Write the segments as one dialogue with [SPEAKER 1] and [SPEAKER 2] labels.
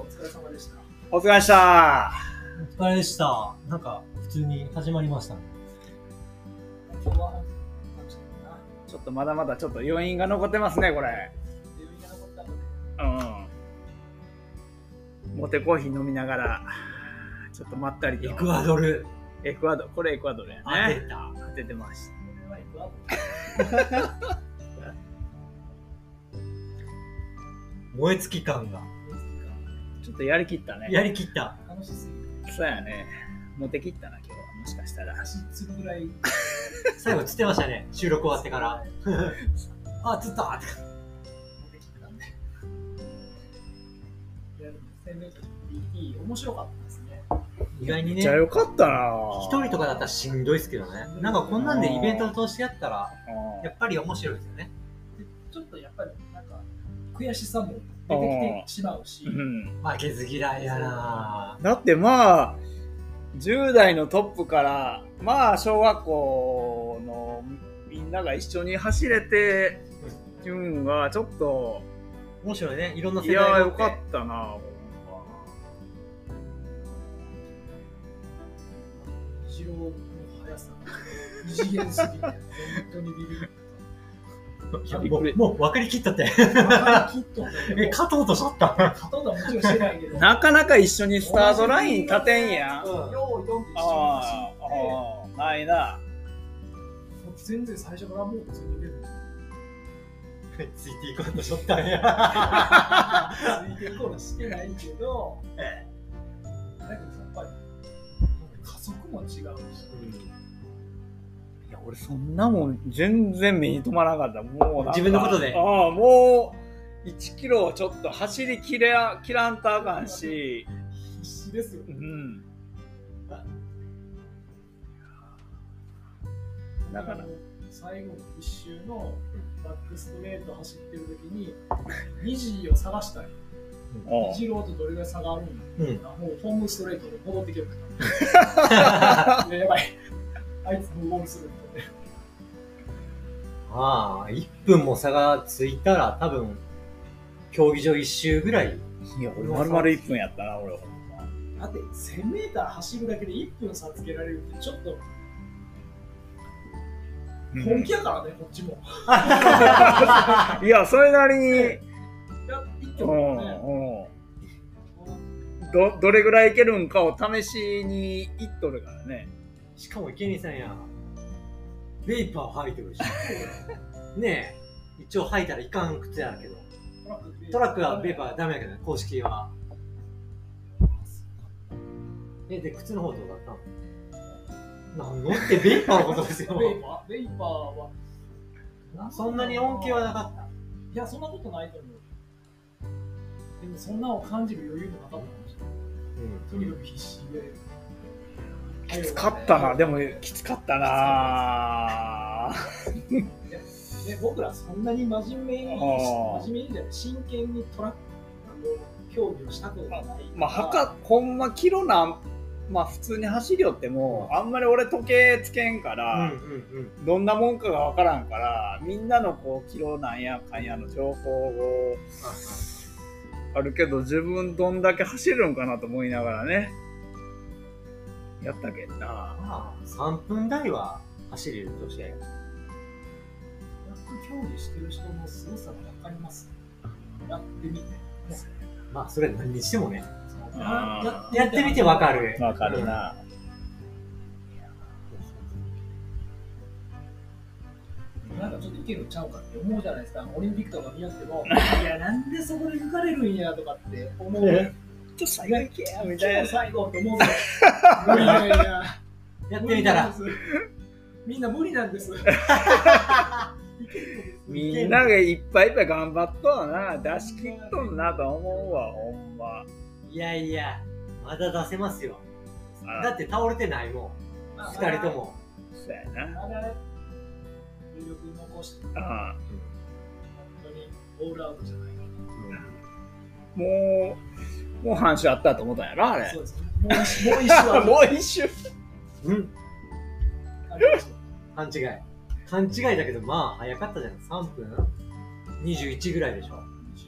[SPEAKER 1] お疲れ様でした。
[SPEAKER 2] お疲れでした。
[SPEAKER 3] お疲れでした。なんか、普通に始まりましたね。
[SPEAKER 1] 今日は本当に楽しかったな。
[SPEAKER 2] ちょっとまだまだちょっと余韻が残ってますね、これ。
[SPEAKER 1] で、みんな残ったので、
[SPEAKER 2] うん。モテコーヒー飲みながら、ちょっとまったりと。
[SPEAKER 3] エクアドル、
[SPEAKER 2] エクアドル。これエクアドルや
[SPEAKER 3] 当て
[SPEAKER 2] ね。
[SPEAKER 3] た。
[SPEAKER 2] 当ててました。
[SPEAKER 1] これは行くわ。
[SPEAKER 3] 燃え尽き感が。
[SPEAKER 2] ちょっとやりきったね。
[SPEAKER 3] やりきった。
[SPEAKER 1] 楽しすぎる。
[SPEAKER 2] そうやね。モテきったな、今日は。もしかしたら。
[SPEAKER 1] 足つるぐらい。
[SPEAKER 3] 最後、つってましたね。収録終わってから。あ、つったって
[SPEAKER 1] できたんで。いや、でも生命としていい、面白かったですね。
[SPEAKER 3] 意外に
[SPEAKER 2] め
[SPEAKER 3] ね、
[SPEAKER 2] っちゃ
[SPEAKER 3] 一
[SPEAKER 2] よかったな。
[SPEAKER 3] 人とかだったらしんどいですけどね。なんかこんなんでイベントを通してやったら、
[SPEAKER 2] うん
[SPEAKER 3] やっぱり面白いですよね。
[SPEAKER 1] ちょっとやっぱり、なんか、悔しさも出てきてしまうし、
[SPEAKER 2] うん
[SPEAKER 3] 負けず嫌いやな
[SPEAKER 2] だってまあ、10代のトップから、まあ、小学校のみんなが一緒に走れて、自分がちょっと、
[SPEAKER 3] 面白いね。いろんない世代
[SPEAKER 2] や
[SPEAKER 3] が
[SPEAKER 2] ー、
[SPEAKER 3] あて
[SPEAKER 2] よかったな、ほん
[SPEAKER 1] 疲労の速さ、異次元すぎて、本当にビビる。
[SPEAKER 3] いや
[SPEAKER 2] びっ
[SPEAKER 3] も
[SPEAKER 2] くり
[SPEAKER 3] う、もう分かりきったって。
[SPEAKER 1] あキット
[SPEAKER 3] え、勝とうとしとった。
[SPEAKER 1] ほとんどはもちろんしてないけど。
[SPEAKER 2] まなかなか一緒にスタートライン立てんやん。あ
[SPEAKER 3] うん
[SPEAKER 1] ようどんで一緒に走
[SPEAKER 2] あ
[SPEAKER 1] って、も
[SPEAKER 2] ああ、ないな。
[SPEAKER 1] う全然最初からもうついてる。
[SPEAKER 3] ついていこうとしとったんや。
[SPEAKER 1] ついてる頃してないけど、だけどやっぱり、加速も違うし、
[SPEAKER 2] いや、俺そんなもん全然目に留まらなかった。もうなんか
[SPEAKER 3] 自分のことで
[SPEAKER 2] ああ、もう1キロをちょっと走りきれや切らんとあかんし、
[SPEAKER 1] 必死ですよ。
[SPEAKER 2] うん。だから、
[SPEAKER 1] 最後の一周のバックストレート走ってる時に、2時を探したい。
[SPEAKER 2] おう
[SPEAKER 1] 2時ローとどれぐらい差があるんだ
[SPEAKER 3] うん。
[SPEAKER 1] もうホームストレートで戻ってきてるから。 ややばい。あいつもうゴールするみたい
[SPEAKER 3] ああ、1分も差がついたら、多分、競技場1周ぐらい。
[SPEAKER 2] いや、俺丸々1分やったな、俺は。
[SPEAKER 1] な。だって1000メーター走るだけで1分差つけられるってちょっと本気やからね、こっち も。
[SPEAKER 2] いや、それなりに
[SPEAKER 1] ね、いや、一挙
[SPEAKER 2] うん、
[SPEAKER 1] だね。
[SPEAKER 2] うん。どどれぐらいいけるんかを試しに行っとるからね。
[SPEAKER 3] しかも池にさんや、ベイパーを吐い てるし。ねえ、一応吐いたらいかん靴やけど。トラックはベイパーダメやけどね、公式は。え、で、靴の方どうだったのなんのってベイパーのことで すよ。
[SPEAKER 1] ベイパーベイパーは。
[SPEAKER 3] そんなに恩恵はなかった。
[SPEAKER 1] いや、そんなことないと思う。でも、そんなのを感じる余裕もなかったかもしれない。とにかく必死で。
[SPEAKER 2] きつかったな、でもきつかったな。
[SPEAKER 1] ね、僕らそんなに真面目に、
[SPEAKER 2] あー
[SPEAKER 1] 真面目にじゃない、真剣にトラック、あの、競技をしたことがないから。
[SPEAKER 2] まあ、はか、ほんまキロなん、まあ普通に走りよっても、あんまり俺時計つけんか
[SPEAKER 3] うん
[SPEAKER 2] ら、
[SPEAKER 3] うんうん。
[SPEAKER 2] どんなもんかがわからんから、みんなのこう、キロなんやかんやの情報を、あるけど、自分どんだけ走るんかなと思いながらね、やったけどな。
[SPEAKER 3] まあ、3分台は走れるとして。
[SPEAKER 1] トラック競技してる人の凄さが分かります。やってみて。
[SPEAKER 3] まあ、それ何にしてもね。
[SPEAKER 2] あー
[SPEAKER 1] や
[SPEAKER 3] やってみてわか。る。
[SPEAKER 2] わかるな。
[SPEAKER 1] なんかちょっといけるんちゃうかって思うじゃないですか。オリンピックとか見合って も、いや、なんでそこで抜かれるんやとかって思う。
[SPEAKER 2] えちょっと最後行けや、みた
[SPEAKER 1] 今
[SPEAKER 2] い
[SPEAKER 1] 日
[SPEAKER 2] な。
[SPEAKER 1] 最後って思うけどいやいやいや。
[SPEAKER 3] やってみたら。。
[SPEAKER 1] みんな無理なんです。
[SPEAKER 2] みんながいっぱいいっぱい頑張っとうな、出し切っとんなと思うわ、ほんま。
[SPEAKER 3] いやいや、まだ出せますよ。
[SPEAKER 2] あ
[SPEAKER 3] だって倒れてないもん。
[SPEAKER 1] まあ
[SPEAKER 3] 二人と。も。
[SPEAKER 2] そうやな。
[SPEAKER 1] まだ余力残して、本
[SPEAKER 2] ああ
[SPEAKER 1] 当にオールアウトじゃないか
[SPEAKER 2] もう、もう半周あったと思ったんやろ、あ
[SPEAKER 1] な。
[SPEAKER 2] れ
[SPEAKER 1] そ。うですね。もう一周、もう一周は
[SPEAKER 2] もう一周。
[SPEAKER 3] うん。
[SPEAKER 1] ありました
[SPEAKER 3] 勘違い。勘違いだけど、まあ、早かったじゃん。3分 ?21 ぐらいでしょ。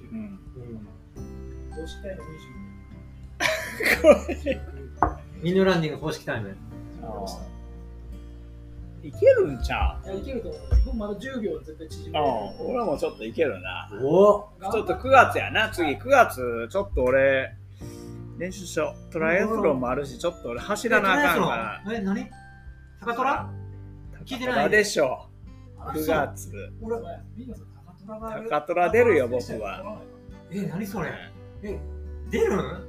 [SPEAKER 1] 20
[SPEAKER 2] うん。
[SPEAKER 3] うん。
[SPEAKER 1] 押したいの20
[SPEAKER 3] ミノランディング公式タイム。
[SPEAKER 2] いけるんちゃ
[SPEAKER 1] いや、いけると思う。僕まだ10秒絶対縮
[SPEAKER 2] う
[SPEAKER 1] める。
[SPEAKER 2] うん。俺もちょっといけるな。
[SPEAKER 3] お
[SPEAKER 2] ちょっと9月やな、次。9月、ちょっと俺、練習しよう。トライアスロンもあるし、ちょっと俺走らなあかんから。
[SPEAKER 3] え、何高虎聞いてな
[SPEAKER 2] 高
[SPEAKER 3] い
[SPEAKER 2] 虎でしょ。
[SPEAKER 1] あ
[SPEAKER 2] 9。月。
[SPEAKER 1] そう俺は、みんなさ、高虎がある。
[SPEAKER 2] 高虎出るよ、僕は。
[SPEAKER 3] え、何それえ、出るん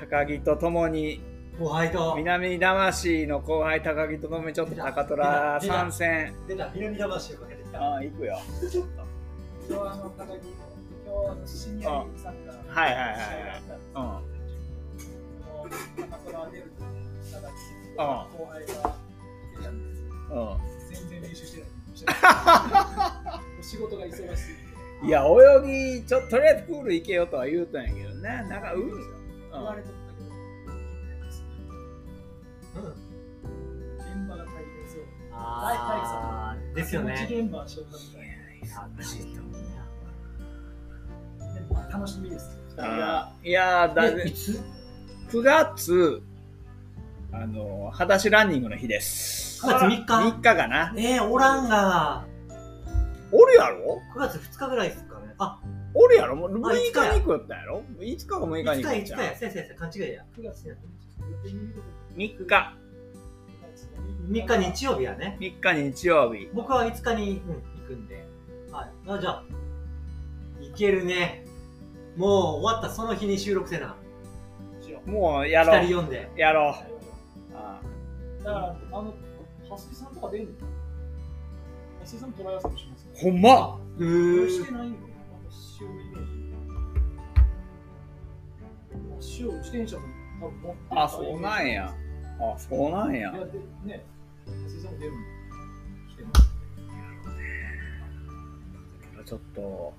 [SPEAKER 2] 高木と共に、
[SPEAKER 3] 後輩と。
[SPEAKER 2] 南魂の後輩高木と共にちょっと高虎参戦。
[SPEAKER 3] 出た、南魂をかけてきた。
[SPEAKER 2] ああ、行くよ。
[SPEAKER 1] 今日はあの高木、今日はあのシニアリーグサッカーの試合
[SPEAKER 2] はいはいはい
[SPEAKER 1] があったんですけどその
[SPEAKER 2] はい
[SPEAKER 1] 高虎が出ると高木
[SPEAKER 2] あ
[SPEAKER 1] 後輩が出たんですよ。
[SPEAKER 2] うん。
[SPEAKER 1] 全然練習してない。仕事が忙しい。
[SPEAKER 2] いや、泳ぎ、ちょっととりあえずプール行けよとは言うたんやけどね、なんか海、うん、
[SPEAKER 1] 言われとったけど、
[SPEAKER 3] うん。
[SPEAKER 1] 現場が大変そう。
[SPEAKER 3] あー、ですよ
[SPEAKER 1] 気持
[SPEAKER 3] ね。
[SPEAKER 1] ち現場は消化みたいな。でもまあ楽しみです。
[SPEAKER 2] いやいやだ
[SPEAKER 3] えい
[SPEAKER 2] ぜ
[SPEAKER 3] つ
[SPEAKER 2] 9月、あの、裸足ランニングの日です。
[SPEAKER 3] 9月3日
[SPEAKER 2] 3日かな。
[SPEAKER 3] えー、おらんが、
[SPEAKER 2] おるやろ
[SPEAKER 3] 9月2日ぐらいですかね。あ、
[SPEAKER 2] おるやろもう
[SPEAKER 3] あ
[SPEAKER 2] 6日に行くやったんやろ ?5 日か6日
[SPEAKER 3] 5
[SPEAKER 2] に行く
[SPEAKER 3] 日、
[SPEAKER 2] ん
[SPEAKER 3] 5日
[SPEAKER 2] ちゃう
[SPEAKER 3] や。先生、先生、勘違いや。
[SPEAKER 1] 9月やってみてみると
[SPEAKER 2] ?3 日、
[SPEAKER 3] 3日日曜日やね。
[SPEAKER 2] 3日日曜日。
[SPEAKER 3] 僕は5日に、うん、行くんで。はい。あ、じゃあ、行けるね。もう終わったその日に収録せな。
[SPEAKER 2] もうやろ
[SPEAKER 3] 2
[SPEAKER 2] う。
[SPEAKER 3] 人読んで。
[SPEAKER 2] やろう。あ
[SPEAKER 1] だから、あの、蓮井さんとか出るの蓮井さんもトライアスロンします
[SPEAKER 2] あほんま
[SPEAKER 3] う
[SPEAKER 1] し
[SPEAKER 3] ー
[SPEAKER 1] てないのかな私をイメージ。私を自転車も多分持って
[SPEAKER 2] あ、そうなんや。あ、そうなんや
[SPEAKER 1] い。や、で、ね、蓮井さんも出るの来てます。
[SPEAKER 2] ちょっと、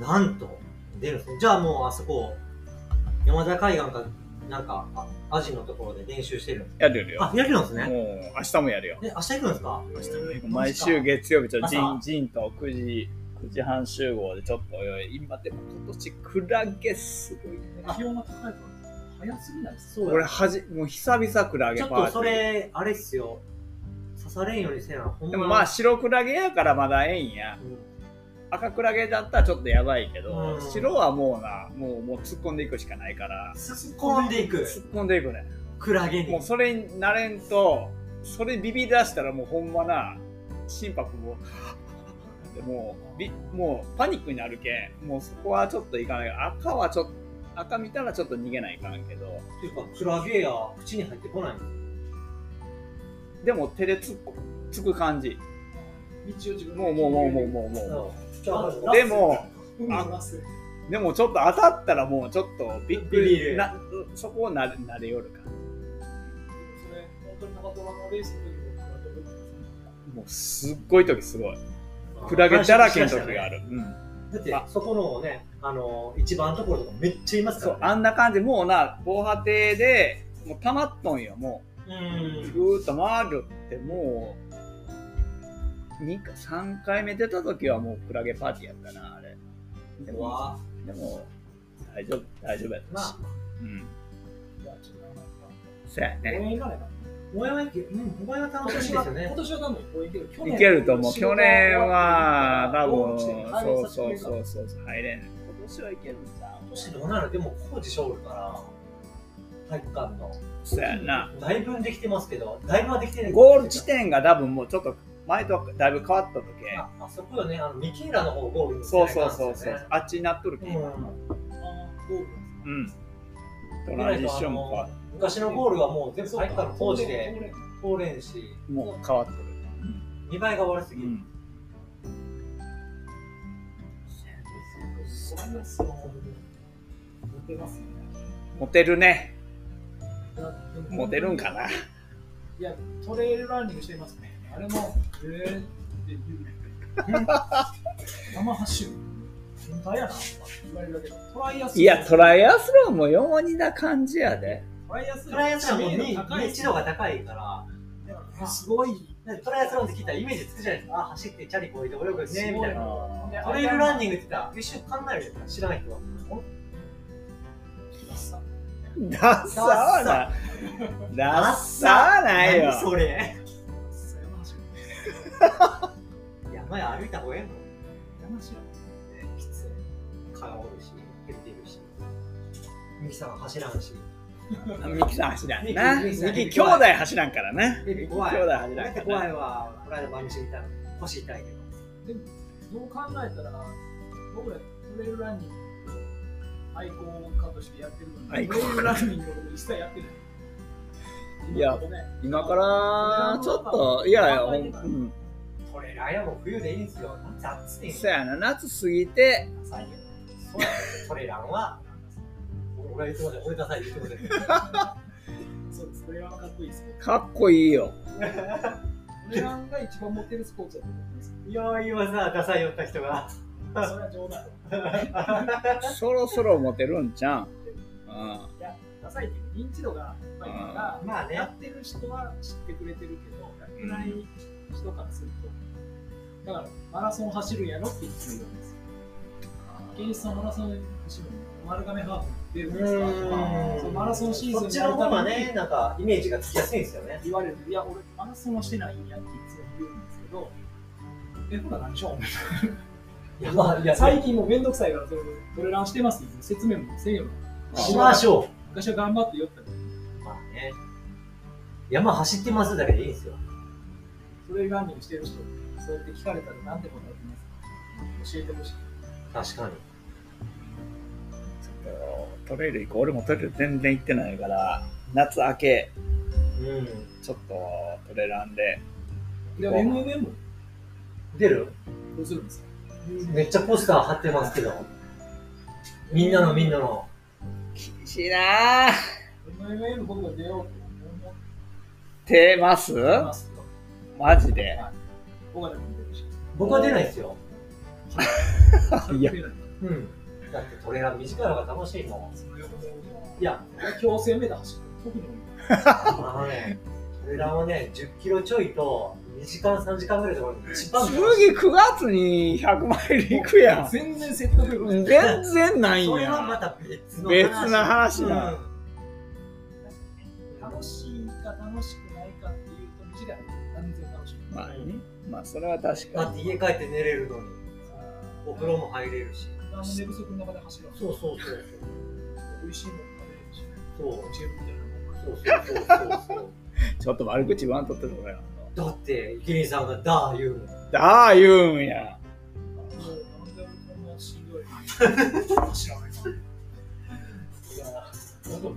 [SPEAKER 3] なんと、出るんですね。じゃあもうあそこ、山田海岸か、なんか、あアジのところで練習してるんです
[SPEAKER 2] やるよ。
[SPEAKER 3] あ、やれるんですね。
[SPEAKER 2] もう明日もやるよ。
[SPEAKER 3] え、明日行くんですか
[SPEAKER 2] 毎週月曜日、ちょっとジン
[SPEAKER 3] 朝
[SPEAKER 2] ジンと9時、9時半集合でちょっと泳い今でも今年クラゲすごいね。
[SPEAKER 1] 気温が高いから早すぎないです
[SPEAKER 3] そう
[SPEAKER 2] 俺
[SPEAKER 3] や。
[SPEAKER 2] はじ、もう久々クラゲ
[SPEAKER 3] ちょ
[SPEAKER 2] パ
[SPEAKER 3] っ
[SPEAKER 2] ーティー。
[SPEAKER 3] とそれ、あれっすよ。刺されんようにせな。ほん
[SPEAKER 2] でもまあ
[SPEAKER 3] し、
[SPEAKER 2] 白クラゲやからまだええんや。
[SPEAKER 3] うん
[SPEAKER 2] 赤クラゲだったらちょっとやばいけど、
[SPEAKER 3] うん
[SPEAKER 2] 白はもうな、もうもう突っ込んでいくしかないから、
[SPEAKER 3] 突っ込んでいく。
[SPEAKER 2] 突っ込んでいくね。
[SPEAKER 3] クラゲに。
[SPEAKER 2] もうそれになれんと、それビビり出したらもうほんまな、心拍も、 でもうび、もうパニックになるけん、もうそこはちょっといかない。赤はちょっと、赤見たらちょっと逃げないかんけど、
[SPEAKER 3] っていうか、クラゲや口に入ってこない。
[SPEAKER 2] でも手でつっこつく感じ。
[SPEAKER 1] 道を自分
[SPEAKER 2] もうもうもうもうもうもう。
[SPEAKER 3] う
[SPEAKER 2] でも、
[SPEAKER 1] う海のラス
[SPEAKER 2] でもちょっと当たったらもうちょっとびっく
[SPEAKER 3] ビビる
[SPEAKER 2] り。なそこをなれなれよるか。
[SPEAKER 1] それ本当に高飛ばのレースの時も僕は飛ぶんですね
[SPEAKER 2] もうすっごい時すごい。クラゲだらけの時があ
[SPEAKER 3] る。
[SPEAKER 2] る。うん。
[SPEAKER 3] だって
[SPEAKER 2] あ、
[SPEAKER 3] そこのね、あの、一番ところとかめっちゃいます
[SPEAKER 2] そ
[SPEAKER 3] か
[SPEAKER 2] う、
[SPEAKER 3] ら
[SPEAKER 2] あ
[SPEAKER 3] ね。
[SPEAKER 2] んな感じ。もうな、防波堤で、もう溜まっとんよ、もう。
[SPEAKER 3] う
[SPEAKER 2] ぐーっと回るってもう2か3回目出た時はもうクラゲパーティーやったなあれで
[SPEAKER 3] ん。う
[SPEAKER 2] も
[SPEAKER 3] わ
[SPEAKER 2] でも大丈夫大丈夫やっ
[SPEAKER 3] ま
[SPEAKER 2] た
[SPEAKER 3] あ
[SPEAKER 2] し、、うん
[SPEAKER 1] いやちょっと名前
[SPEAKER 2] そうや
[SPEAKER 1] が
[SPEAKER 2] ね
[SPEAKER 1] 応援行かないな
[SPEAKER 3] もやもやけ、うん、もやもや楽
[SPEAKER 1] 今
[SPEAKER 3] し
[SPEAKER 1] 年
[SPEAKER 3] いで
[SPEAKER 1] は
[SPEAKER 3] すよね
[SPEAKER 1] 今。年は多分応援行ける去年
[SPEAKER 2] いけると思う
[SPEAKER 1] 仕事
[SPEAKER 2] 去年は
[SPEAKER 1] 終わ
[SPEAKER 2] 多分
[SPEAKER 1] って
[SPEAKER 2] そうそう
[SPEAKER 1] う
[SPEAKER 2] そうそうそう入れん今年はいけるんじゃん
[SPEAKER 3] 今年どうなるでも、工事しょおるから、体育館の。
[SPEAKER 2] そうやな
[SPEAKER 3] だいぶできてますけど、だいぶはできてない。
[SPEAKER 2] ゴール地点が多分もうちょっと前とだいぶ変わった時
[SPEAKER 3] あ。あそこよね、あの、ミケーラの方ゴールに
[SPEAKER 2] そうそうそうそうあっちになっとるけ
[SPEAKER 3] うん
[SPEAKER 2] 今
[SPEAKER 3] ん。
[SPEAKER 2] うんと同じ一緒も変わっ
[SPEAKER 3] 昔のゴールはもう全部体育館の工事で
[SPEAKER 1] で
[SPEAKER 3] 通れんし、
[SPEAKER 2] もう変わっとる
[SPEAKER 3] 見栄えが悪すぎる。
[SPEAKER 1] モテますね
[SPEAKER 2] モテるね
[SPEAKER 1] いやでも
[SPEAKER 2] モテるんかない
[SPEAKER 1] やトレイルランニングしてますねあれもえーって言う生走る変態やなとか言われるだけどトライアスロン
[SPEAKER 2] いや、トライアスロンも容易な感じやで。
[SPEAKER 1] トライアス
[SPEAKER 3] トライアスロンも認
[SPEAKER 1] 高い
[SPEAKER 3] 認知度が高いから、
[SPEAKER 1] すごい
[SPEAKER 3] トライアスロンって聞いたらイメージつくじゃないですか。あ、走ってチャリこいで泳ぐね、みたいな。
[SPEAKER 1] な
[SPEAKER 3] トレイルランニン
[SPEAKER 1] グ
[SPEAKER 3] グって言ったら一瞬考えるじゃないですか、知らない人は。
[SPEAKER 2] ダッサはなダッサはないよ
[SPEAKER 3] 何それ
[SPEAKER 1] 狭い走り
[SPEAKER 3] 山へ歩いた方がええ
[SPEAKER 1] 山城ねきつい
[SPEAKER 3] の川おるし減っているしミキさんは走らんし
[SPEAKER 2] ミキさん走らんな
[SPEAKER 3] ミ
[SPEAKER 2] ミ
[SPEAKER 3] キ
[SPEAKER 2] キ
[SPEAKER 3] さん
[SPEAKER 2] 兄弟走らんからね
[SPEAKER 3] エビ怖い
[SPEAKER 2] 兄弟走
[SPEAKER 3] だ
[SPEAKER 2] ら
[SPEAKER 3] っ
[SPEAKER 2] ん
[SPEAKER 3] て
[SPEAKER 2] か
[SPEAKER 3] 怖
[SPEAKER 2] ら
[SPEAKER 3] いわこの間番組見たの腰痛いけど
[SPEAKER 1] どう考えたら僕らトレイルランニング愛好家としてやってるのにト
[SPEAKER 2] 愛
[SPEAKER 1] レイ
[SPEAKER 2] 好
[SPEAKER 1] ルランニングのこと一切やってない
[SPEAKER 2] いや
[SPEAKER 1] ごめん
[SPEAKER 2] 今からちょっといやいやほんうん
[SPEAKER 3] これライアも冬でいいんですよ夏暑いんです
[SPEAKER 2] そ
[SPEAKER 3] よ
[SPEAKER 2] やな夏過ぎて
[SPEAKER 3] 朝にそうやトレランは俺が言ってません俺ダサい言ってません
[SPEAKER 1] そうですトレランはかっこいいですね
[SPEAKER 2] かっこいいよ
[SPEAKER 1] トレランが一番モテるスポーツだと思ってます
[SPEAKER 3] よい今さダサい寄った人が
[SPEAKER 1] それは冗談
[SPEAKER 2] そろそろモテるんちゃうん
[SPEAKER 1] ダサいっていう認知度が高いから
[SPEAKER 3] まあね
[SPEAKER 1] やってる人は知ってくれてるけどやってない人からするとだからマラソン走るんやろって言ってるんですよ現実さんマラソン走るの丸亀ハーフ出るんですかそのマラソンシーズン
[SPEAKER 3] こっちの方がねなんかイメージがつきやすいんですよね
[SPEAKER 1] 言われるいや俺マラソンはしてないんやっていつも言うんですけどえほら何しょう
[SPEAKER 3] いやまあいや
[SPEAKER 1] 最近もうめんどくさいからそれトレランしてますって説明もせんよ
[SPEAKER 3] しましょ
[SPEAKER 1] 昔は頑張ってよったけど
[SPEAKER 3] うまあね山走ってますだけでいいんですよ
[SPEAKER 1] トレイルランニングしてる人そうやって聞かれたら何て答えてますか教えてほしい
[SPEAKER 3] 確かに
[SPEAKER 2] トレイル行こう俺もトレイル全然行ってないから夏明け
[SPEAKER 3] うん
[SPEAKER 2] ちょっとトレランで
[SPEAKER 1] でも
[SPEAKER 2] うん
[SPEAKER 1] MMM ど
[SPEAKER 3] 出る
[SPEAKER 1] うするんですか
[SPEAKER 3] めっちゃポスター貼ってますけどみんなのみんなの
[SPEAKER 2] 厳しいなぁ
[SPEAKER 1] ?MMM 僕が出ようって思って
[SPEAKER 2] 出ます
[SPEAKER 1] ますけど
[SPEAKER 2] マジで
[SPEAKER 1] 僕はでも出るし
[SPEAKER 3] 僕は出ないですよ
[SPEAKER 2] いや
[SPEAKER 1] 出ない
[SPEAKER 3] うんだってトレラン短い方が楽しいも
[SPEAKER 1] その横で
[SPEAKER 3] んいや
[SPEAKER 1] 強制目で走る特に多い
[SPEAKER 3] あのねトレランはね10キロちょいと2時間3時間ぐらいで終わる一番楽しい
[SPEAKER 2] 次9月に100マイル行くやん
[SPEAKER 1] 全然説得力ない
[SPEAKER 2] 全然ないん
[SPEAKER 3] それはま
[SPEAKER 2] や
[SPEAKER 3] た別の話
[SPEAKER 2] 別な話だ
[SPEAKER 3] うん
[SPEAKER 1] 楽しいか楽しくないかっていうと短い完全に楽しい
[SPEAKER 2] まあねまあそれは確
[SPEAKER 3] だ
[SPEAKER 2] か
[SPEAKER 3] って家帰って寝れるのにお風呂も入れるし
[SPEAKER 1] 何も寝不足の中で走る
[SPEAKER 3] そうそうそう
[SPEAKER 1] 美味しいもん食べれるし
[SPEAKER 3] そ
[SPEAKER 1] 教
[SPEAKER 3] う
[SPEAKER 1] えるみたいなもん
[SPEAKER 3] そうそうそうそうそう
[SPEAKER 2] にちょっと悪口言わんとってるから
[SPEAKER 3] だって池林さんが「だ」言うもん
[SPEAKER 2] だあ言うんや
[SPEAKER 1] なんで俺こんなしんどいの知らない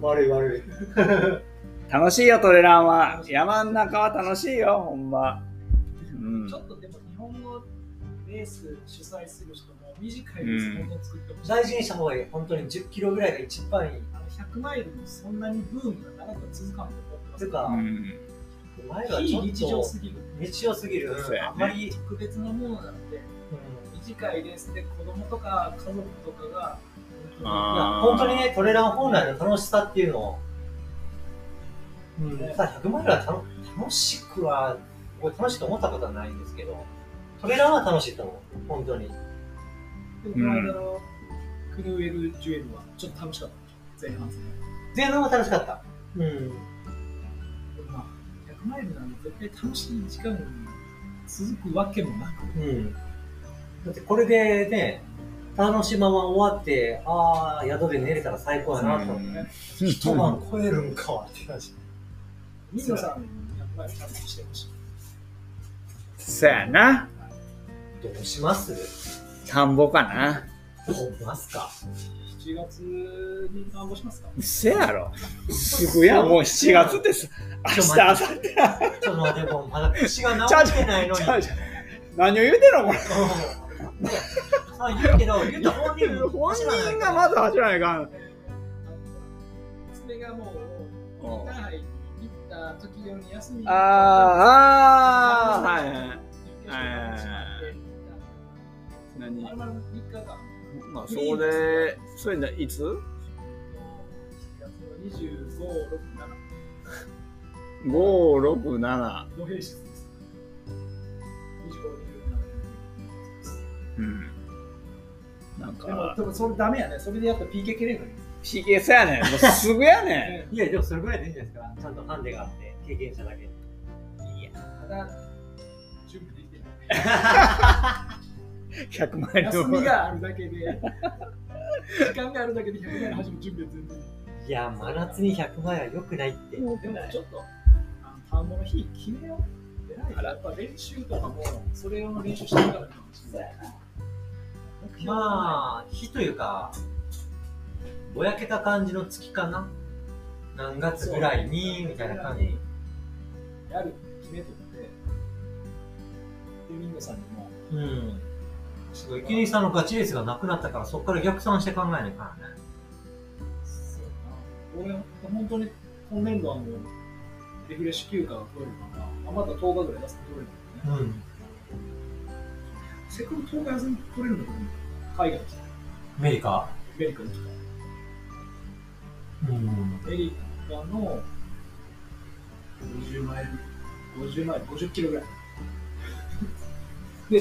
[SPEAKER 3] 悪い悪い
[SPEAKER 2] 楽しいよトレランは山ん中は楽しいよほんまうん
[SPEAKER 1] ちょっとでも日本のレース主催する人も短いレースどんどん作ってほしい、
[SPEAKER 3] 大事にした方がいい本当に1 0キロぐらいが一番いい
[SPEAKER 1] あの100マイルもそんなにブームが長く続かんと思ってま
[SPEAKER 3] て
[SPEAKER 1] す
[SPEAKER 3] いうか、
[SPEAKER 2] うん
[SPEAKER 3] 前は
[SPEAKER 1] 非
[SPEAKER 3] ちょっと
[SPEAKER 1] 日常すぎる
[SPEAKER 3] 日常すぎる、
[SPEAKER 2] そうやね
[SPEAKER 3] あんまり、
[SPEAKER 1] 特別なものなので短いレースで子供とか家族とかが
[SPEAKER 3] い
[SPEAKER 2] あ
[SPEAKER 3] や本当にねトレラン本来の楽しさっていうのを、うん、ただ100マイルは楽楽しくは僕楽しいと思ったことはないんですけどトレランは楽しいと思う本当に
[SPEAKER 1] でもこの間のクヌエル・ジュエルはちょっと楽しかった前半戦
[SPEAKER 3] 前半は楽しかったうん
[SPEAKER 1] でもまあ100マイルなんで絶対楽しい時間が続くわけもなく
[SPEAKER 3] うんだってこれでね楽しまま終わってああ宿で寝れたら最高やなと、
[SPEAKER 2] うん
[SPEAKER 3] 一晩超えるんかって感じ
[SPEAKER 1] 水野さんやっぱりちゃんとしてほしい
[SPEAKER 2] そやな
[SPEAKER 3] どうします
[SPEAKER 2] 田んぼかな
[SPEAKER 3] どうしますか
[SPEAKER 1] 7月に参考しますか
[SPEAKER 2] せやろすぐやもう7月ってさ明日明後日
[SPEAKER 3] ちょっと待ってもうまだ口が治ってないのに
[SPEAKER 2] ちゃうちゃう何を言うてんのこれ
[SPEAKER 3] うんねそう言うけど、言うた本人も
[SPEAKER 2] 本
[SPEAKER 3] 知らない
[SPEAKER 2] 人
[SPEAKER 3] か
[SPEAKER 2] が
[SPEAKER 3] ら
[SPEAKER 2] まず走らないかん
[SPEAKER 1] 爪がもうインターハイに行った時より休み
[SPEAKER 2] あーあーはいはい何
[SPEAKER 1] あれは3日間
[SPEAKER 2] まあそこでそれないつ
[SPEAKER 1] 7月の2567
[SPEAKER 2] ?567
[SPEAKER 1] 土平日です
[SPEAKER 2] うんなん
[SPEAKER 1] 25、27でも
[SPEAKER 2] か
[SPEAKER 1] でもそれダメやねそれでやっぱ PK 蹴れるのに
[SPEAKER 2] ひげさや ねん。もうすぐやね
[SPEAKER 1] ね
[SPEAKER 2] ん。
[SPEAKER 3] いや、でもそれぐらいでいいんじゃないですか。ちゃんとハンデがあって、経験者だけ。いや。
[SPEAKER 1] ただ、準備できてない。
[SPEAKER 2] 100万円
[SPEAKER 1] 休みがあるだけで、時間があるだけで100万円始める準備は全然で
[SPEAKER 3] いや、真夏に100万円は良くないって。
[SPEAKER 1] きてない。でもちょっと、あの田んぼの日決めようってないやっぱ練習とかも、それ用の練習してるからかもしれない。
[SPEAKER 3] まあ、日というか、ぼやけた感じの月かな。何月ぐらいに、みたいな感じ。
[SPEAKER 1] あ、やるって決めとって、ユミンゴさんにも、
[SPEAKER 3] うん。すごい。池江さんのガチレースがなくなったから、そこから逆算して考えないからね。
[SPEAKER 1] そうやな。俺、本当に今年度はもう、リフレッシュ休暇が取れるから、あまた10日ぐらい休み取れるからね。
[SPEAKER 3] うん。
[SPEAKER 1] せっかく10日休み取れるんだけど、海外に来た。
[SPEAKER 3] メリカ。
[SPEAKER 1] アメリカに来た。
[SPEAKER 3] うん。
[SPEAKER 1] アメリカの50マイル、50マイル、50キロぐらい。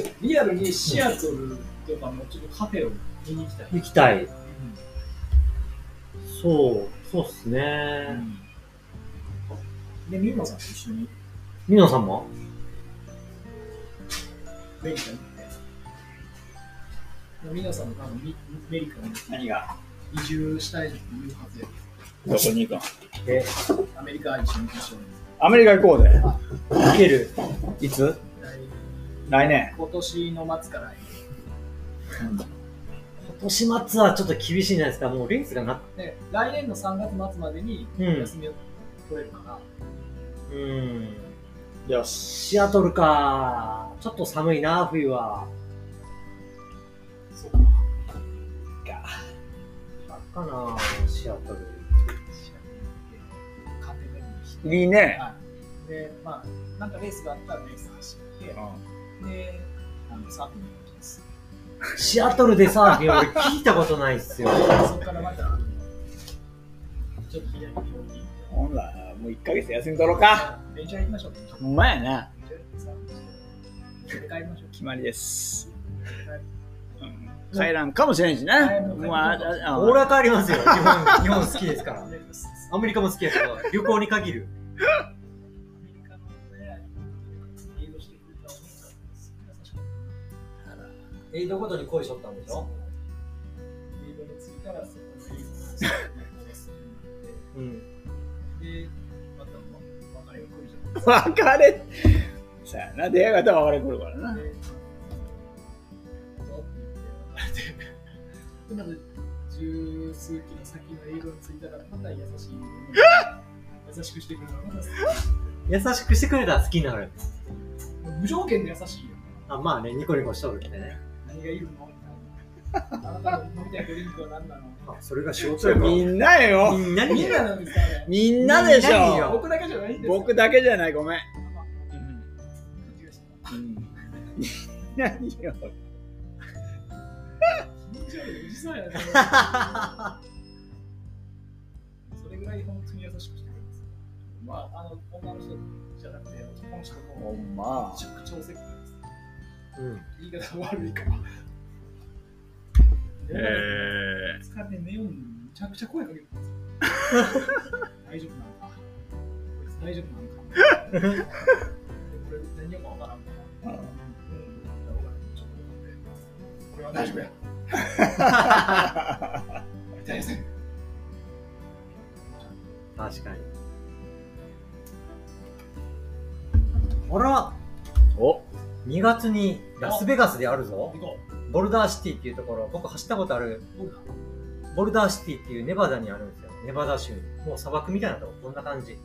[SPEAKER 1] で、リアルにシアトルとかのちょっとカフェを見に行きたい。
[SPEAKER 3] 行きたい。そう、そうっすね。
[SPEAKER 1] で、ミーモさんと一緒に
[SPEAKER 3] ミノさんも
[SPEAKER 1] メリカに行って、ミノさんも多分メメリカに
[SPEAKER 2] 何が
[SPEAKER 1] 移住したいっていうはずや
[SPEAKER 2] どこに行くん
[SPEAKER 3] え、
[SPEAKER 1] アメリカは一緒に行きましょうね。
[SPEAKER 2] アメリカ行こうで。
[SPEAKER 3] 行ける。
[SPEAKER 2] いつ
[SPEAKER 1] 来
[SPEAKER 2] 来年。
[SPEAKER 1] 今年の末から
[SPEAKER 3] 今年末はちょっと厳しいんじゃないですか。もうレースがなく
[SPEAKER 1] で来年の3月末までに
[SPEAKER 3] うん
[SPEAKER 1] 休みを取れるから、
[SPEAKER 3] うん。
[SPEAKER 2] よし。
[SPEAKER 3] シアトルか。ちょっと寒いな、冬は。
[SPEAKER 1] そう
[SPEAKER 3] あっかな、シアトル。
[SPEAKER 1] 勝手に来て、
[SPEAKER 2] いいね。
[SPEAKER 1] はい、でまあなんかレースがあったらレース走ってであのサーフィンに行きます
[SPEAKER 3] シアトルでさ、俺聞いたことないっすよ。
[SPEAKER 1] そこからまたあのちょっと左に降りていって
[SPEAKER 2] ほんなら、もう1ヶ月休み取ろうか。
[SPEAKER 1] 電車行きましょう電車
[SPEAKER 2] ほんまやな。
[SPEAKER 1] 行ってサーフィンして帰りましょう
[SPEAKER 2] 決まりです。
[SPEAKER 1] はい
[SPEAKER 2] うん帰らんかもしれんしな。
[SPEAKER 1] はい
[SPEAKER 2] もうあああ
[SPEAKER 3] 俺は帰り ますよ。日本、日本好きですから。
[SPEAKER 1] やります
[SPEAKER 3] アメリカも好きやけど、旅行に限る。
[SPEAKER 1] アメリカのねリードしてくれたお兄さんですごい優しかったな
[SPEAKER 3] エイドごとに恋しとったんでしょ
[SPEAKER 1] リードについたらそこのリードをして
[SPEAKER 3] うん。
[SPEAKER 1] で、またも別れが来るじゃ
[SPEAKER 2] 別れ。さやな、出会い方は別れ来るから
[SPEAKER 1] ん。
[SPEAKER 2] な。
[SPEAKER 1] で、そうって言って別れて。で、まず十数キロ先の英語に着いたら、また優しい。優しくしてくれるのまた
[SPEAKER 3] 優しくしてくれたら好きになる。
[SPEAKER 1] 無条件で優しいよ。
[SPEAKER 3] あ、まあね、ニコニコしとるんでね。
[SPEAKER 1] 何がいるのみたいな。あなたの飲みたいドリンクは何なの
[SPEAKER 3] あ、それが仕
[SPEAKER 2] それみんなよ。
[SPEAKER 3] みんな
[SPEAKER 1] み
[SPEAKER 3] に
[SPEAKER 1] んななんですかね。
[SPEAKER 2] みんなでし
[SPEAKER 3] みんなに
[SPEAKER 2] ょ
[SPEAKER 3] よ。
[SPEAKER 1] 僕だけじゃないんですよ
[SPEAKER 2] 僕だけじゃない、ごめ
[SPEAKER 1] ま
[SPEAKER 2] ん。
[SPEAKER 1] あ
[SPEAKER 2] うん
[SPEAKER 1] 勘違いしてた
[SPEAKER 2] うん何よ。
[SPEAKER 1] 気持ち悪いおじさんやな。それそれぐらい本当に優しくしてくれます。まあ、あの、女の人じゃなくて、男の人
[SPEAKER 2] ほ
[SPEAKER 1] も、
[SPEAKER 2] んま
[SPEAKER 1] め。ちゃくちゃおせっかいです。
[SPEAKER 3] うん。
[SPEAKER 1] 言い方悪いから。
[SPEAKER 2] え
[SPEAKER 1] え
[SPEAKER 2] ー。
[SPEAKER 1] 疲れて寝ようにめちゃくちゃ声かけてますよ。大丈夫なのかこいつ大丈夫なのかで俺、何もわからんから。
[SPEAKER 2] うん
[SPEAKER 1] うんだから俺ちょっと怒って俺は大丈夫や。みたいな
[SPEAKER 3] 確かに。あら、
[SPEAKER 2] お
[SPEAKER 3] 2月にラスベガスであるぞ
[SPEAKER 1] 行。こ
[SPEAKER 3] ボルダーシティっていうところ、僕走ったことある、
[SPEAKER 1] う。僕だ
[SPEAKER 3] ボルダーシティっていうネバダにあるんですよ。ネバダ州に。もう砂漠みたいなとこ、こんな感じ。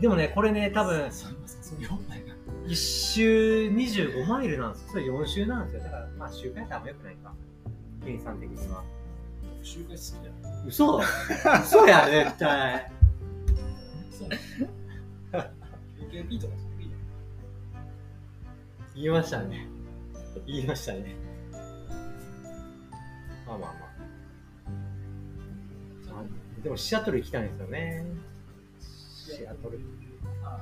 [SPEAKER 3] でもね、これね、多分、
[SPEAKER 1] すみません、それ読んないな。
[SPEAKER 3] 1周25マイルなんですよ。それ4周なんですよ。だから、まあ、周回数あんま良くないか。計算的には。
[SPEAKER 1] 集会好きじゃない。
[SPEAKER 3] 嘘嘘や、絶対。
[SPEAKER 1] そう。AKB とか得意
[SPEAKER 3] 言いましたね。言いましたね。まあまあまあ。あでも、シアトル行きたいんですよね。シアトル。
[SPEAKER 1] あ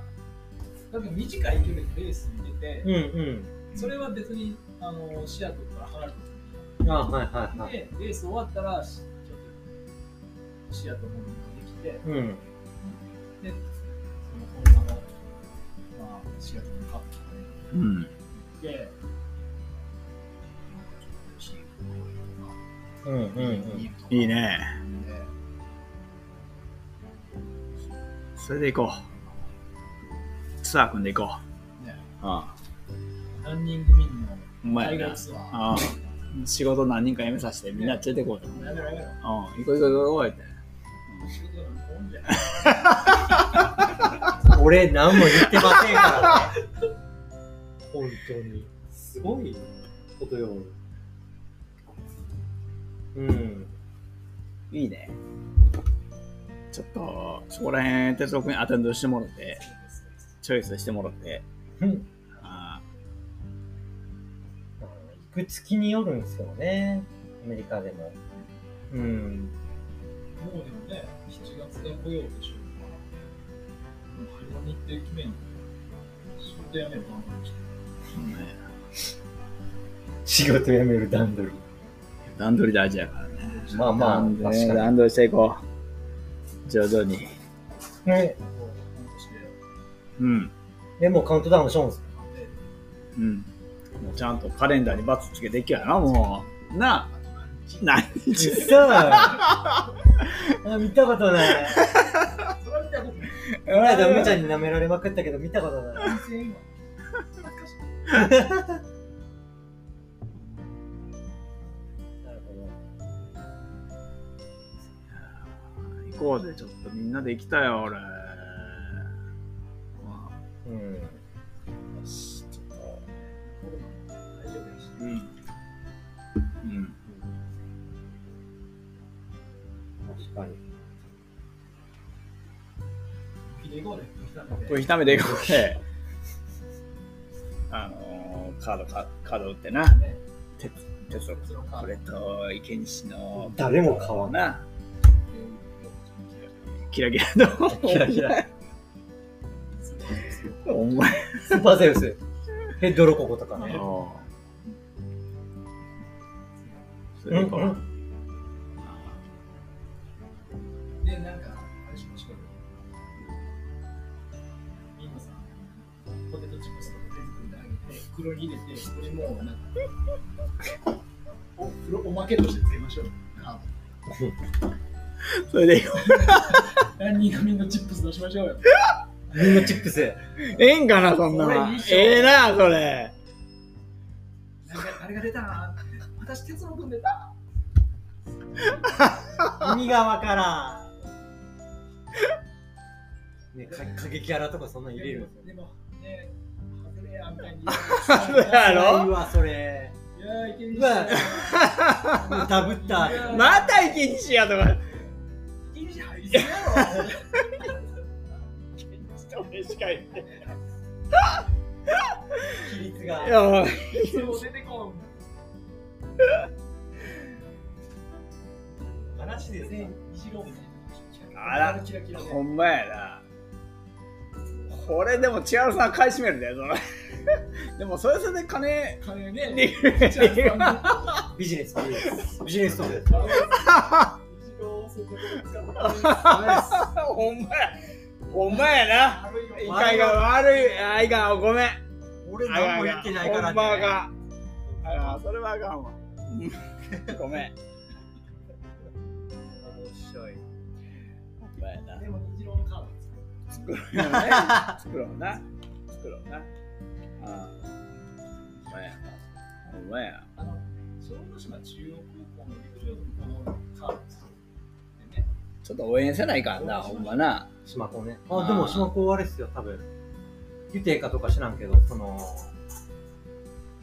[SPEAKER 1] あだけど短い距離のレースに出て、
[SPEAKER 3] うん
[SPEAKER 1] それは別にあのシアトルから離れてる
[SPEAKER 3] うん。あはいはいはい。
[SPEAKER 1] で、レース終わったら、しちょっとシアトルの方に来て、で、
[SPEAKER 3] うん。
[SPEAKER 1] その本間が、まあ、シアトルに買って
[SPEAKER 2] うん。
[SPEAKER 1] きて、で、
[SPEAKER 3] うんうんうん。
[SPEAKER 2] いいね。
[SPEAKER 1] で
[SPEAKER 2] それで行こう。ツアー組んで行こう。
[SPEAKER 1] ね
[SPEAKER 2] あ
[SPEAKER 1] 何人組の
[SPEAKER 2] あ、ほんま
[SPEAKER 1] 海
[SPEAKER 2] や
[SPEAKER 1] 外ツ
[SPEAKER 2] な。
[SPEAKER 1] アー。
[SPEAKER 2] ああ仕事何人か辞めさせて、みんな連れてこうよ。
[SPEAKER 1] やめろやめろ。
[SPEAKER 2] うん、行こう行こう行こうって。
[SPEAKER 1] 仕事なんか多いんじゃない
[SPEAKER 3] 俺何も言ってませんからね。本当に。すごいことよ。うん。
[SPEAKER 2] いいね。ちょっと、そこら辺、哲郎君にアテンドしてもらって、チョイスしてもらって。
[SPEAKER 3] うん
[SPEAKER 2] あ
[SPEAKER 3] まあ行く月によるんですけどね。アメリカでも。うん。
[SPEAKER 1] もうでもね、7月で来ようでしょうから、もう早めに行って決めんの。仕事やめると思うし。
[SPEAKER 2] あ、ね、
[SPEAKER 3] 仕事辞める段取り。
[SPEAKER 2] 段取り大事やからね。
[SPEAKER 3] まあまあ、
[SPEAKER 2] 段
[SPEAKER 3] 確
[SPEAKER 2] 取りね
[SPEAKER 3] か
[SPEAKER 2] 段取りしていこう。徐々に。
[SPEAKER 3] に。ね、
[SPEAKER 1] もう半年で
[SPEAKER 2] うん。
[SPEAKER 3] でもカウントダウンしょん す。
[SPEAKER 2] うん。もうちゃんとカレンダーにバツつけていきやな、もう。なあ、何日
[SPEAKER 3] 嘘あ見たことない。
[SPEAKER 1] それは見たことない。
[SPEAKER 3] この間、むちゃんに舐められまくったけど、見たことない。
[SPEAKER 1] 全然今。
[SPEAKER 3] なる
[SPEAKER 2] 行こうぜ、ちょっとみんなで行きたいよ、俺。ま
[SPEAKER 3] ほど。うん。
[SPEAKER 2] あ、よし、ちょっと。
[SPEAKER 1] コロナも大丈夫やし。
[SPEAKER 2] うん。うん。
[SPEAKER 3] 確かに。
[SPEAKER 1] 沖で行こうね。沖縄
[SPEAKER 2] これ
[SPEAKER 1] で。
[SPEAKER 2] 炒めていこうで、あのー、カードか、カード打ってな。
[SPEAKER 1] ね
[SPEAKER 2] 鉄、鉄を。
[SPEAKER 1] そのカード
[SPEAKER 2] これと、池西の。
[SPEAKER 3] 誰も買わない。
[SPEAKER 2] な。キラキラの。
[SPEAKER 3] キラキラ。
[SPEAKER 2] お前。
[SPEAKER 3] スーパーゼウス。ヘッドロココとか
[SPEAKER 2] あ
[SPEAKER 3] ね。
[SPEAKER 2] のそ
[SPEAKER 3] うん
[SPEAKER 2] れから。
[SPEAKER 3] うん
[SPEAKER 1] で、なんか、あれしましょうよ。みんなさ、ポテトチップスとか手作りであげて、袋に入れて、これもうなんか、お袋おまけとしてつけましょう。カード
[SPEAKER 2] それでいこ
[SPEAKER 1] 何人かみんなチップス出しましょうよ。
[SPEAKER 3] リンゴチップス。
[SPEAKER 2] う。ええんかな、そんな
[SPEAKER 1] これ
[SPEAKER 2] の
[SPEAKER 1] いいっ。しょ
[SPEAKER 2] ええな、それ。
[SPEAKER 1] なんか誰が出た私、哲郎君出た
[SPEAKER 3] 意味がわからん。ね、か過激キャラとかそんなん入れるんですよ
[SPEAKER 1] で
[SPEAKER 3] ね。
[SPEAKER 1] も、ね、外れやみたいに。
[SPEAKER 2] そうやろ
[SPEAKER 3] うわ、それ。
[SPEAKER 1] いやー、いける
[SPEAKER 3] うわダブった。
[SPEAKER 2] また池西やとか。
[SPEAKER 1] いける入りすぎやろ。
[SPEAKER 2] 俺しか言ってない
[SPEAKER 3] 比率
[SPEAKER 2] い
[SPEAKER 3] が。
[SPEAKER 2] やもう
[SPEAKER 1] それも出てこん。
[SPEAKER 3] 話ですね。
[SPEAKER 1] 一郎みたいな。
[SPEAKER 2] あら
[SPEAKER 1] キラキラで。
[SPEAKER 2] ほんまやな。これでも千春さん買い占めるで、その。でもそれそれで金。
[SPEAKER 1] 金ね。
[SPEAKER 2] リ
[SPEAKER 1] ちゃんと
[SPEAKER 2] リ
[SPEAKER 3] ビジネス、ビジネス。ビジネスと。
[SPEAKER 1] 一郎をそこで使って
[SPEAKER 2] ほんまや。ほんまや
[SPEAKER 1] あるいは
[SPEAKER 2] な。いかいが悪い。あいかん、ごめん。
[SPEAKER 3] 俺
[SPEAKER 2] あ
[SPEAKER 3] 何
[SPEAKER 2] か
[SPEAKER 3] も
[SPEAKER 2] ん
[SPEAKER 3] 言
[SPEAKER 2] あ
[SPEAKER 3] っ
[SPEAKER 2] か
[SPEAKER 3] て
[SPEAKER 2] ん
[SPEAKER 3] ないから
[SPEAKER 2] ほ
[SPEAKER 3] っ
[SPEAKER 2] ん
[SPEAKER 3] て
[SPEAKER 2] まあかん。あかんそれはあかんわ。 ごめん。
[SPEAKER 3] 面白い。
[SPEAKER 2] ほんまやな。
[SPEAKER 1] でも、一郎のカード使う。
[SPEAKER 2] 作ろうよね。 作ろうな。作ろうな。ああ。ほんまや。ほんまや。
[SPEAKER 1] あの、小豆島中央高校の陸上部のこのカード使う。でね、
[SPEAKER 2] ちょっと応援せないからな、ほんまな。
[SPEAKER 3] 島子ね。
[SPEAKER 2] あー
[SPEAKER 3] あ、でも島子はあれっすよ、多分。言っていいかとか知らんけど、その、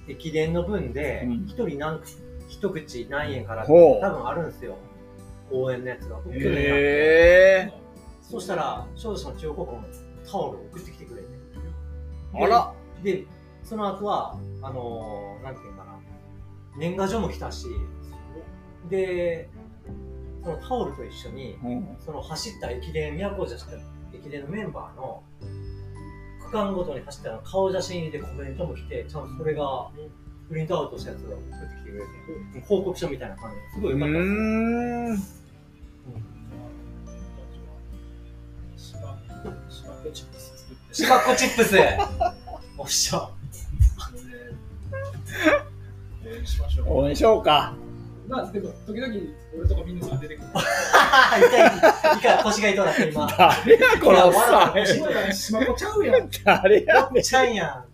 [SPEAKER 3] 駅伝の分で
[SPEAKER 2] うん、
[SPEAKER 3] 一人何、一口何円から、
[SPEAKER 2] ほ
[SPEAKER 3] 多
[SPEAKER 2] う
[SPEAKER 3] 分あるんですよ。応援のやつが。
[SPEAKER 2] へえ
[SPEAKER 3] そしたら、少女さん中央高校のタオルを送ってきてくれて。
[SPEAKER 2] ー。あら。
[SPEAKER 3] で、その後は、あのー、なんていうんかな、年賀状も来たし、で、そのタオルと一緒に、
[SPEAKER 2] うん
[SPEAKER 3] その走った駅伝、宮古じゃした駅伝のメンバーの、区間ごとに走ったの顔写真入りでコメントも来て、ちゃんとそれがプリントアウトしたやつを送ってきてくれて、報告書みたいな感じですごいう良かったです。
[SPEAKER 2] ーん。
[SPEAKER 1] 芝芝生チップス作って
[SPEAKER 3] シバコチップスおっしゃ。
[SPEAKER 1] 応援しましょ
[SPEAKER 2] 応援しようか。
[SPEAKER 1] う。まあ、でも、時々、俺とかみんなさん出てくる。
[SPEAKER 3] 痛い、痛い、腰が痛くなって今。
[SPEAKER 2] 誰やこのおっさ
[SPEAKER 3] いや
[SPEAKER 1] 島田、島子ちゃうやん。
[SPEAKER 2] ん。誰や
[SPEAKER 3] めっちゃいやん。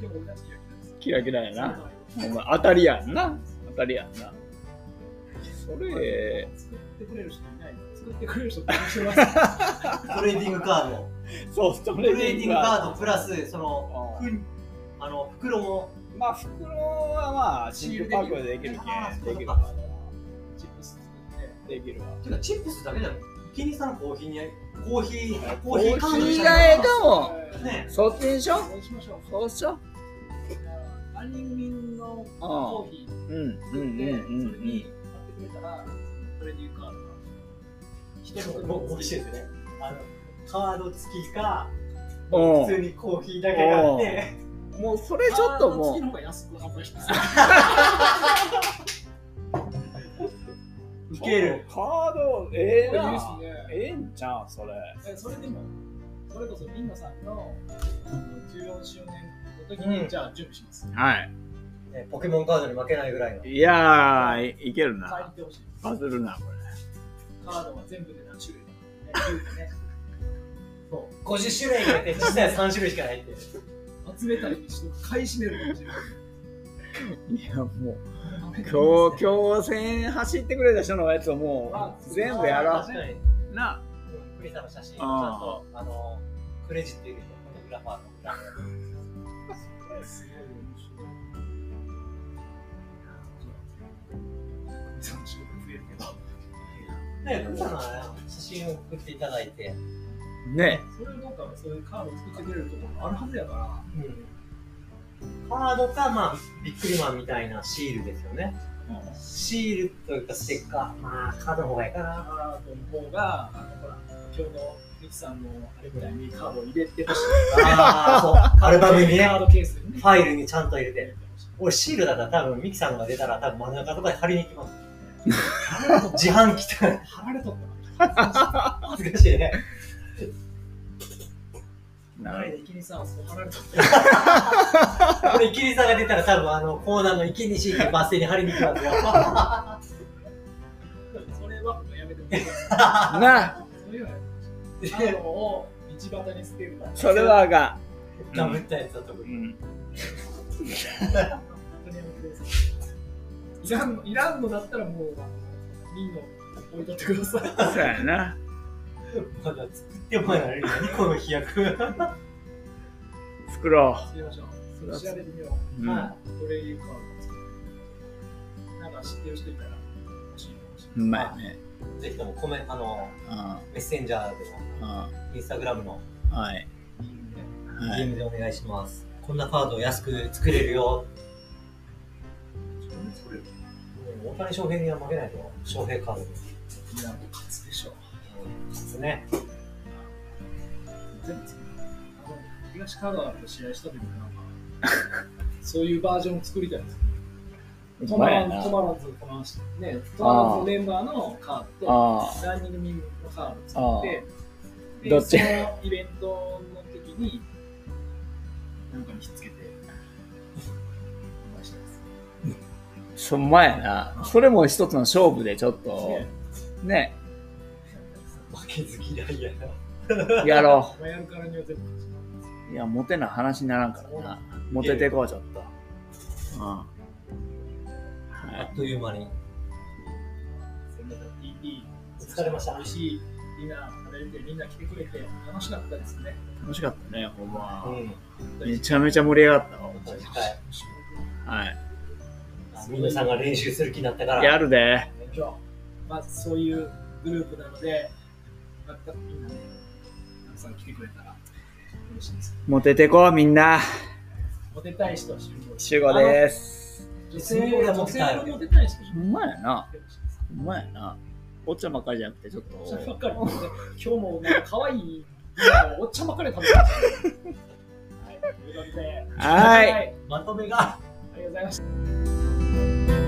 [SPEAKER 1] でも、俺たち
[SPEAKER 2] キラキラやな。
[SPEAKER 1] な。
[SPEAKER 2] お前当たりやんな。当たりやんな。それ、
[SPEAKER 1] 作ってくれる人いない。作ってくれる人って面白いです。
[SPEAKER 3] トレーディングカード。
[SPEAKER 2] そう、そ
[SPEAKER 3] トレ
[SPEAKER 2] れ
[SPEAKER 3] ーディングカードプラス、その、
[SPEAKER 2] あー
[SPEAKER 3] ふんあの、袋も、
[SPEAKER 2] まあ、袋はまあ、シールパックでできる
[SPEAKER 3] あー
[SPEAKER 2] け
[SPEAKER 3] そ
[SPEAKER 2] ん。
[SPEAKER 3] う
[SPEAKER 2] できる
[SPEAKER 3] いうこ
[SPEAKER 2] わ
[SPEAKER 3] と。
[SPEAKER 1] チップス作って。
[SPEAKER 2] できるわ。
[SPEAKER 3] ていうか、チップスだけじゃん。お気に入りさんのコーヒーに、コーヒー、コ
[SPEAKER 2] コ
[SPEAKER 3] ー
[SPEAKER 2] ー
[SPEAKER 3] ヒ
[SPEAKER 2] ヒ
[SPEAKER 3] ーカード
[SPEAKER 2] ーが
[SPEAKER 3] ゃ
[SPEAKER 2] ええ
[SPEAKER 3] ん。
[SPEAKER 2] かも。
[SPEAKER 3] ね
[SPEAKER 2] そっちにしよ
[SPEAKER 1] 応援しましょう
[SPEAKER 2] う。。そうしよ
[SPEAKER 1] ランニングミンのコーヒー
[SPEAKER 2] う。うん、う
[SPEAKER 1] 作っ
[SPEAKER 2] ん、
[SPEAKER 1] て、
[SPEAKER 2] うん、うん、う
[SPEAKER 1] それに買
[SPEAKER 2] ん。
[SPEAKER 1] ってくれたら、トレーディングカードが。一
[SPEAKER 3] でも、
[SPEAKER 1] つ
[SPEAKER 3] もう、嬉しいですよね。あの、カード付きか、
[SPEAKER 2] おう
[SPEAKER 3] 普通にコーヒーだけがあって、
[SPEAKER 2] もう、それちょっとも
[SPEAKER 1] 月
[SPEAKER 2] う
[SPEAKER 1] の方が安く販売してます。
[SPEAKER 3] いける。。
[SPEAKER 2] カード、ええ
[SPEAKER 1] いい
[SPEAKER 2] な。
[SPEAKER 1] ですね
[SPEAKER 2] ええんちゃう、それ。
[SPEAKER 1] えそれでも、それこそ、みんなさんのあの14周年の時に、
[SPEAKER 3] うん
[SPEAKER 1] じゃあ準備します。
[SPEAKER 2] は
[SPEAKER 3] ねポケモンカードに負けないぐらいの。
[SPEAKER 2] い。いやー、いいける
[SPEAKER 1] 変え
[SPEAKER 2] な。
[SPEAKER 1] てほしいです。
[SPEAKER 2] バズるな、こ
[SPEAKER 1] カードは全部で何種類か、ね10ね、
[SPEAKER 3] そう50種類入れて、実際3種類しかないって。
[SPEAKER 1] 集めたりして買い占めるかもしれない。
[SPEAKER 2] れ。いや、もう、今日、今日戦走ってくれた人のやつをもう、全部やろ
[SPEAKER 3] 確かに。
[SPEAKER 2] う。な。
[SPEAKER 3] クリさんの写真をちゃん
[SPEAKER 2] あ
[SPEAKER 3] とあのクレジット入れてフォトグラファーの裏
[SPEAKER 1] すごい面白い。面白い増えるけど。
[SPEAKER 3] ねクリさんの写真を送っていただいて、
[SPEAKER 2] ね。
[SPEAKER 1] それをなんかそういうカードを作ってくれるところもあるはずやから、
[SPEAKER 3] カードかまあビックリマンみたいなシールですよねシールというかステッカーまあカードの方がいいかな
[SPEAKER 1] カードの方が、あのほら、今日のミキさんのあれみたいにカードを入れてほしい
[SPEAKER 3] ああそうアルバムにね
[SPEAKER 1] カードケースにね
[SPEAKER 3] ファイルにちゃんと入れ
[SPEAKER 1] 入れ
[SPEAKER 3] て
[SPEAKER 1] てほしい。
[SPEAKER 3] 俺シールだったら多分ミキさんが出たら多分真ん中とかで貼りに行きます自販機とか
[SPEAKER 1] 貼られとったな。
[SPEAKER 3] 恥ずかしいね
[SPEAKER 1] 前でキリさんはそう貼られとった。
[SPEAKER 3] これ、キリさんが出たら多分あの、コーナーの池西っていうバス停に貼りに行きますよ。
[SPEAKER 1] それはもうやめてください。
[SPEAKER 2] な。
[SPEAKER 1] そういうのやめてカードを道端に捨てるから。
[SPEAKER 2] それはあかん。
[SPEAKER 3] ダブったやつだと思
[SPEAKER 2] う
[SPEAKER 3] う。
[SPEAKER 2] ん。
[SPEAKER 1] 本当にやめてください。いらんの、いらんのだったらもう、あのみんな置いとってください。
[SPEAKER 2] そうやな。
[SPEAKER 3] まだ作ってもらえる何この飛躍。
[SPEAKER 2] 作ろ
[SPEAKER 1] 作りましょ
[SPEAKER 2] それ
[SPEAKER 1] う。
[SPEAKER 2] は
[SPEAKER 1] 調べてみよ
[SPEAKER 2] う。うん
[SPEAKER 3] は
[SPEAKER 1] う。どれいうカードを作るなんか知ってる人いたら欲しいかもしれ
[SPEAKER 2] う
[SPEAKER 1] ない。
[SPEAKER 2] まいね。
[SPEAKER 3] いぜひともコメント、あの、
[SPEAKER 2] うん。
[SPEAKER 3] メッセンジャーで
[SPEAKER 2] う
[SPEAKER 3] も、インスタグラムの
[SPEAKER 2] ん。はい。
[SPEAKER 1] いいね
[SPEAKER 2] はい。
[SPEAKER 3] DM でお願いします。こんなカードを安く作れるよ。
[SPEAKER 1] 自分で作れる
[SPEAKER 3] うん大谷翔平には負けないと、翔平カードです。
[SPEAKER 1] いや、もう勝つでしょう。
[SPEAKER 3] ですね。
[SPEAKER 1] 全部作るあの東香川と試合した時もなんか、 そういうバージョンを作りたいです。ト
[SPEAKER 2] う
[SPEAKER 1] マ
[SPEAKER 2] まい
[SPEAKER 1] ラ
[SPEAKER 2] や
[SPEAKER 1] ン
[SPEAKER 2] な
[SPEAKER 1] ト。マランズ、トマランズ、ね、トマランズメンバーのカード
[SPEAKER 2] あ
[SPEAKER 1] と、ランニングミングのカード
[SPEAKER 2] あ。
[SPEAKER 1] を作って、で
[SPEAKER 2] どっち
[SPEAKER 1] そのイベントの時に、なんかにひっつけて、お願いしたいです。
[SPEAKER 2] そんまやな。それも一つの勝負でちょっと
[SPEAKER 1] ね、
[SPEAKER 2] ね、
[SPEAKER 3] 負けず嫌いやな。
[SPEAKER 2] やろ
[SPEAKER 1] まあやるからには全部勝ちます。
[SPEAKER 2] う。いや、モテな話にならんからな。モテてこう、ちょっと。うん。
[SPEAKER 3] あ
[SPEAKER 2] は
[SPEAKER 3] っという間に。
[SPEAKER 1] そんなだいい、いい、
[SPEAKER 3] お疲れました
[SPEAKER 1] 美味しい、みんな食べれて、みんな来てくれて、楽しかったですね。
[SPEAKER 2] い。楽しかったね、ほんま。
[SPEAKER 3] ん。
[SPEAKER 2] めちゃめちゃ盛り上がったわ。
[SPEAKER 3] はい。
[SPEAKER 2] はい。
[SPEAKER 3] みんなさんが練習する気になったから。
[SPEAKER 2] やるで。
[SPEAKER 1] 今日、まあ、そういうグループなので、またみんなね、たくさん来てくれたら嬉しいです。
[SPEAKER 2] モテてこう、みんな。
[SPEAKER 1] モテたい人は集合
[SPEAKER 2] 集合です。
[SPEAKER 1] 女性は
[SPEAKER 3] 女
[SPEAKER 1] モ
[SPEAKER 3] 性
[SPEAKER 1] テ
[SPEAKER 3] は
[SPEAKER 1] た
[SPEAKER 3] モテ
[SPEAKER 1] い。
[SPEAKER 3] たい
[SPEAKER 1] モテたい人
[SPEAKER 2] ほんまやな。
[SPEAKER 1] 来てほしいです。
[SPEAKER 2] ほんまやな。おっちゃんばっかりじゃなくて、ちょっ
[SPEAKER 1] おっちゃんば
[SPEAKER 2] と
[SPEAKER 1] っ。かりですね、今日もなんか可愛い今おっちゃんばっかり食べてました。はい、ということで
[SPEAKER 2] はい。
[SPEAKER 3] まと
[SPEAKER 1] り
[SPEAKER 3] めが。
[SPEAKER 1] がとうございました。